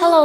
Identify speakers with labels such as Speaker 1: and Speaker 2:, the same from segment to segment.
Speaker 1: Hello，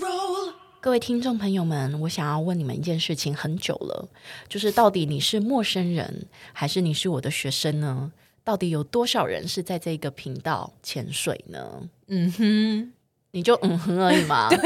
Speaker 2: roll.
Speaker 1: 各位听众朋友们，我想要问你们一件事情很久了，就是到底你是陌生人，还是你是我的学生呢？到底有多少人是在这个频道潜水呢？
Speaker 3: 嗯哼，
Speaker 1: 你就嗯哼而已 嘛。对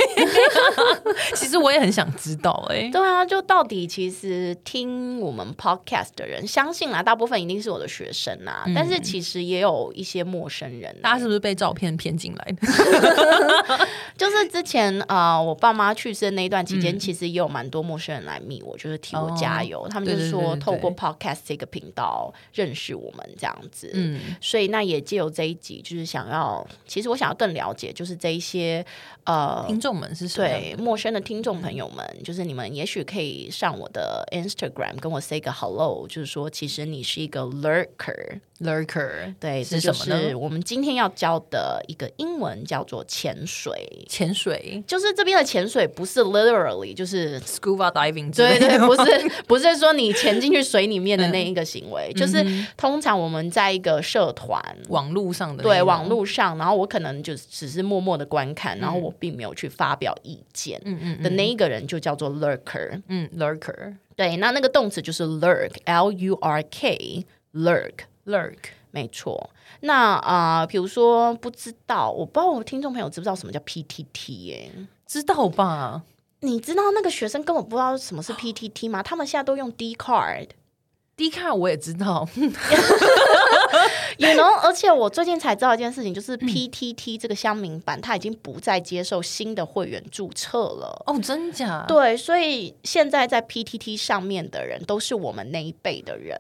Speaker 3: 其实我也很想知道哎、
Speaker 1: 啊，就到底其实听我们 podcast 的人，相信啦，大部分一定是我的学生啦，但是其实也有一些陌生人、
Speaker 3: 嗯
Speaker 1: 啊
Speaker 3: 大家是不是被照片骗进来的？
Speaker 1: 就是之前呃，我爸妈去世的那一段期
Speaker 3: 嗯
Speaker 1: 间，其实也有蛮多陌生人来密我，就是替我加油。他们就
Speaker 3: 对
Speaker 1: 是
Speaker 3: 哦对
Speaker 1: 说
Speaker 3: 对对
Speaker 1: 透过
Speaker 3: 对
Speaker 1: podcast 这个频道认识我们这样子。
Speaker 3: 嗯，
Speaker 1: 所以那也借由这一集，就是想要，其实我想要更了解，就是这一些呃。
Speaker 3: 听众们是谁？啊
Speaker 1: 对陌生的听众朋友们，就是你们也许可以上我的 Instagram 跟我 say 个 hello，就是说其实你是一个 lurker，
Speaker 3: lurker
Speaker 1: 对，
Speaker 3: 是
Speaker 1: 这就
Speaker 3: 什么呢
Speaker 1: 是我们今天要教的一个英文叫做潜水。
Speaker 3: 潜水
Speaker 1: 就是这边的潜水不是 literally，就是
Speaker 3: scuba diving 之
Speaker 1: 对
Speaker 3: 类
Speaker 1: 对，
Speaker 3: 的
Speaker 1: 不是 不是说你潜进去水里面的那一个行
Speaker 3: 嗯
Speaker 1: 为，就是通常我们在一个社团。
Speaker 3: 网络上的那
Speaker 1: 对
Speaker 3: 种
Speaker 1: 网络上，然后我可能就只是默默的观
Speaker 3: 嗯
Speaker 1: 看，然后我并没有去发表意见的那一个人就叫做 lurker。
Speaker 3: 嗯 lurker
Speaker 1: 对，那那个动词就是 lurk，l u r k，lurk。
Speaker 3: lurk
Speaker 1: 没错，那啊、呃比如说不知道，我不知道我听众朋友知不知道什么叫 PTT 耶、
Speaker 3: 知道吧？
Speaker 1: 你知道那个学生根本不知道什么
Speaker 3: 啊
Speaker 1: 是 PTT 吗？他们现在都用 D card，
Speaker 3: d 卡我也知道，
Speaker 1: 也能。而且我最近才知道一件事情，就是
Speaker 3: 嗯
Speaker 1: PTT 这个乡民版，它已经不再接受新的会员注册了。
Speaker 3: 哦，真假？
Speaker 1: 对，所以现在在 PTT 上面的人都是我们那一辈的 人，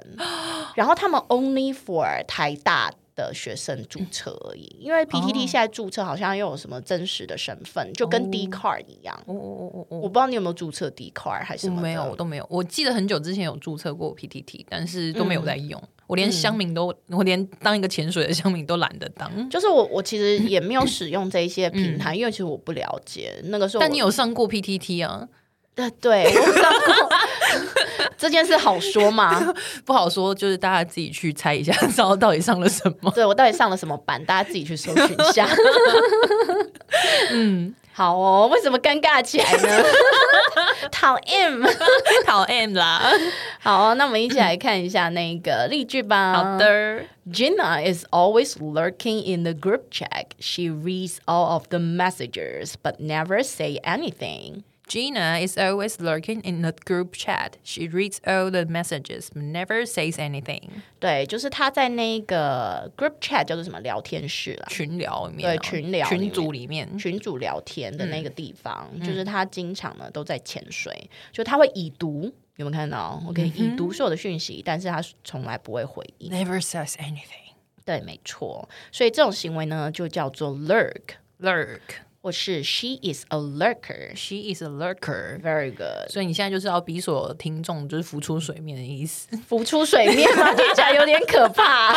Speaker 1: 然后他们 only for 台大的学生注册而已，
Speaker 3: 哦
Speaker 1: 因为 PTT 现在注册好像又有什么真实的身份，就
Speaker 3: 哦
Speaker 1: 跟 D card 一样。
Speaker 3: 我我我
Speaker 1: 我不知道你有没有注册 D card 还是
Speaker 3: 哦我
Speaker 1: 什么的
Speaker 3: 没有，我都没有。我记得很久之前有注册过 PTT，但是都没
Speaker 1: 嗯
Speaker 3: 有在用。我连乡民都，我连当一个潜水的乡民都懒得当。
Speaker 1: 就是我，我其 实也没有使用这一些平台，因为其实我不了解。那个时候我，
Speaker 3: 嗯但你有上过 PTT 啊？
Speaker 1: 呃对，我不知道 这件事好说吗？
Speaker 3: 不好说，就是大家自己去猜一下， 知道到底上了什么。
Speaker 1: 对我到底上了什么班？大家自己去搜寻一下。嗯，好哦。为什么尴尬起来呢？ 讨厌。
Speaker 3: 讨厌啦！
Speaker 1: 好、哦，那我们一起 来看一下那个例句吧。
Speaker 3: 好的，
Speaker 1: Gina is always lurking in the group chat. She reads all of the messages but never say anything.
Speaker 3: Gina is always lurking in the group chat. She reads all the messages, but never says anything.
Speaker 1: 对，就是他在那个 group chat 叫做什么聊天室啦，
Speaker 3: 群聊里面哦、
Speaker 1: 对群聊里面
Speaker 3: 群组里面，
Speaker 1: 群主聊天的那个地方，就是他经常呢都在潜水，就他会已读，有没有看到？OK，、已读所有的讯息，但是他从来不会回应。
Speaker 3: never says anything.
Speaker 1: 对，没错，所以这种行为呢就叫做 lurk，
Speaker 3: Lurk.
Speaker 1: 或是 she is a lurker。
Speaker 3: She is a lurker.
Speaker 1: Very good，
Speaker 3: 所以你现在就是要逼所有听众就是浮出水面的意思。
Speaker 1: 浮出水面吗？听起来有点可怕，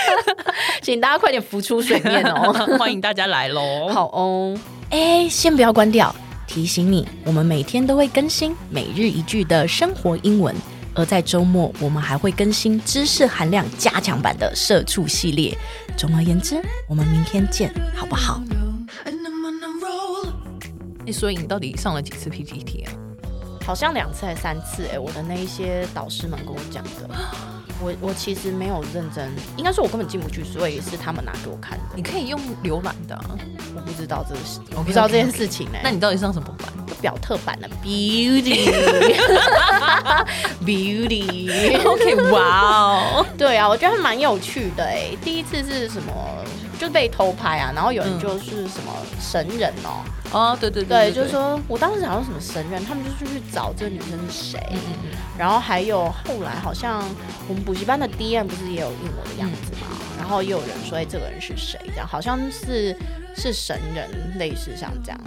Speaker 1: 请大家快点浮出水面哦。
Speaker 3: 欢迎大家来喽！
Speaker 1: 好哦。哎，先不要关掉，提醒你，我们每天都会更新每日一句的生活英文，而在周末我们还会更新知识含量加强版的社畜系列。总而言之，我们明天见，好不好？
Speaker 2: And I'm on a roll.
Speaker 3: 诶所以你到底上了几次 PTT 啊？
Speaker 1: 好像两次还三次，哎，我的那一些导师们跟我讲的。我我其实没有认真，应该说我根本进不去，所以是他们拿给我看的。
Speaker 3: 你可以用浏览的、啊。
Speaker 1: 我不知道这个事，我
Speaker 3: OK，
Speaker 1: 不知道这件
Speaker 3: OK，OK
Speaker 1: 事情哎呢、
Speaker 3: 那你到底上什么 班？
Speaker 1: 表特版的 beauty，beauty。Beauty
Speaker 3: 哎 OK，哇哦！
Speaker 1: 对啊，我觉得还蛮有趣的哎、第一次是什么？就被偷拍啊，然后有人就是什么神人哦、
Speaker 3: 哦，对对
Speaker 1: 对，
Speaker 3: 对，
Speaker 1: 就是说我当时想说什么神人，他们就是去找这个女生是谁，然后还有后来好像我们补习班的 DM 不是也有印我的样子嘛，然后也有人说哎这个人是谁，这样好像是是神人，类似像这样，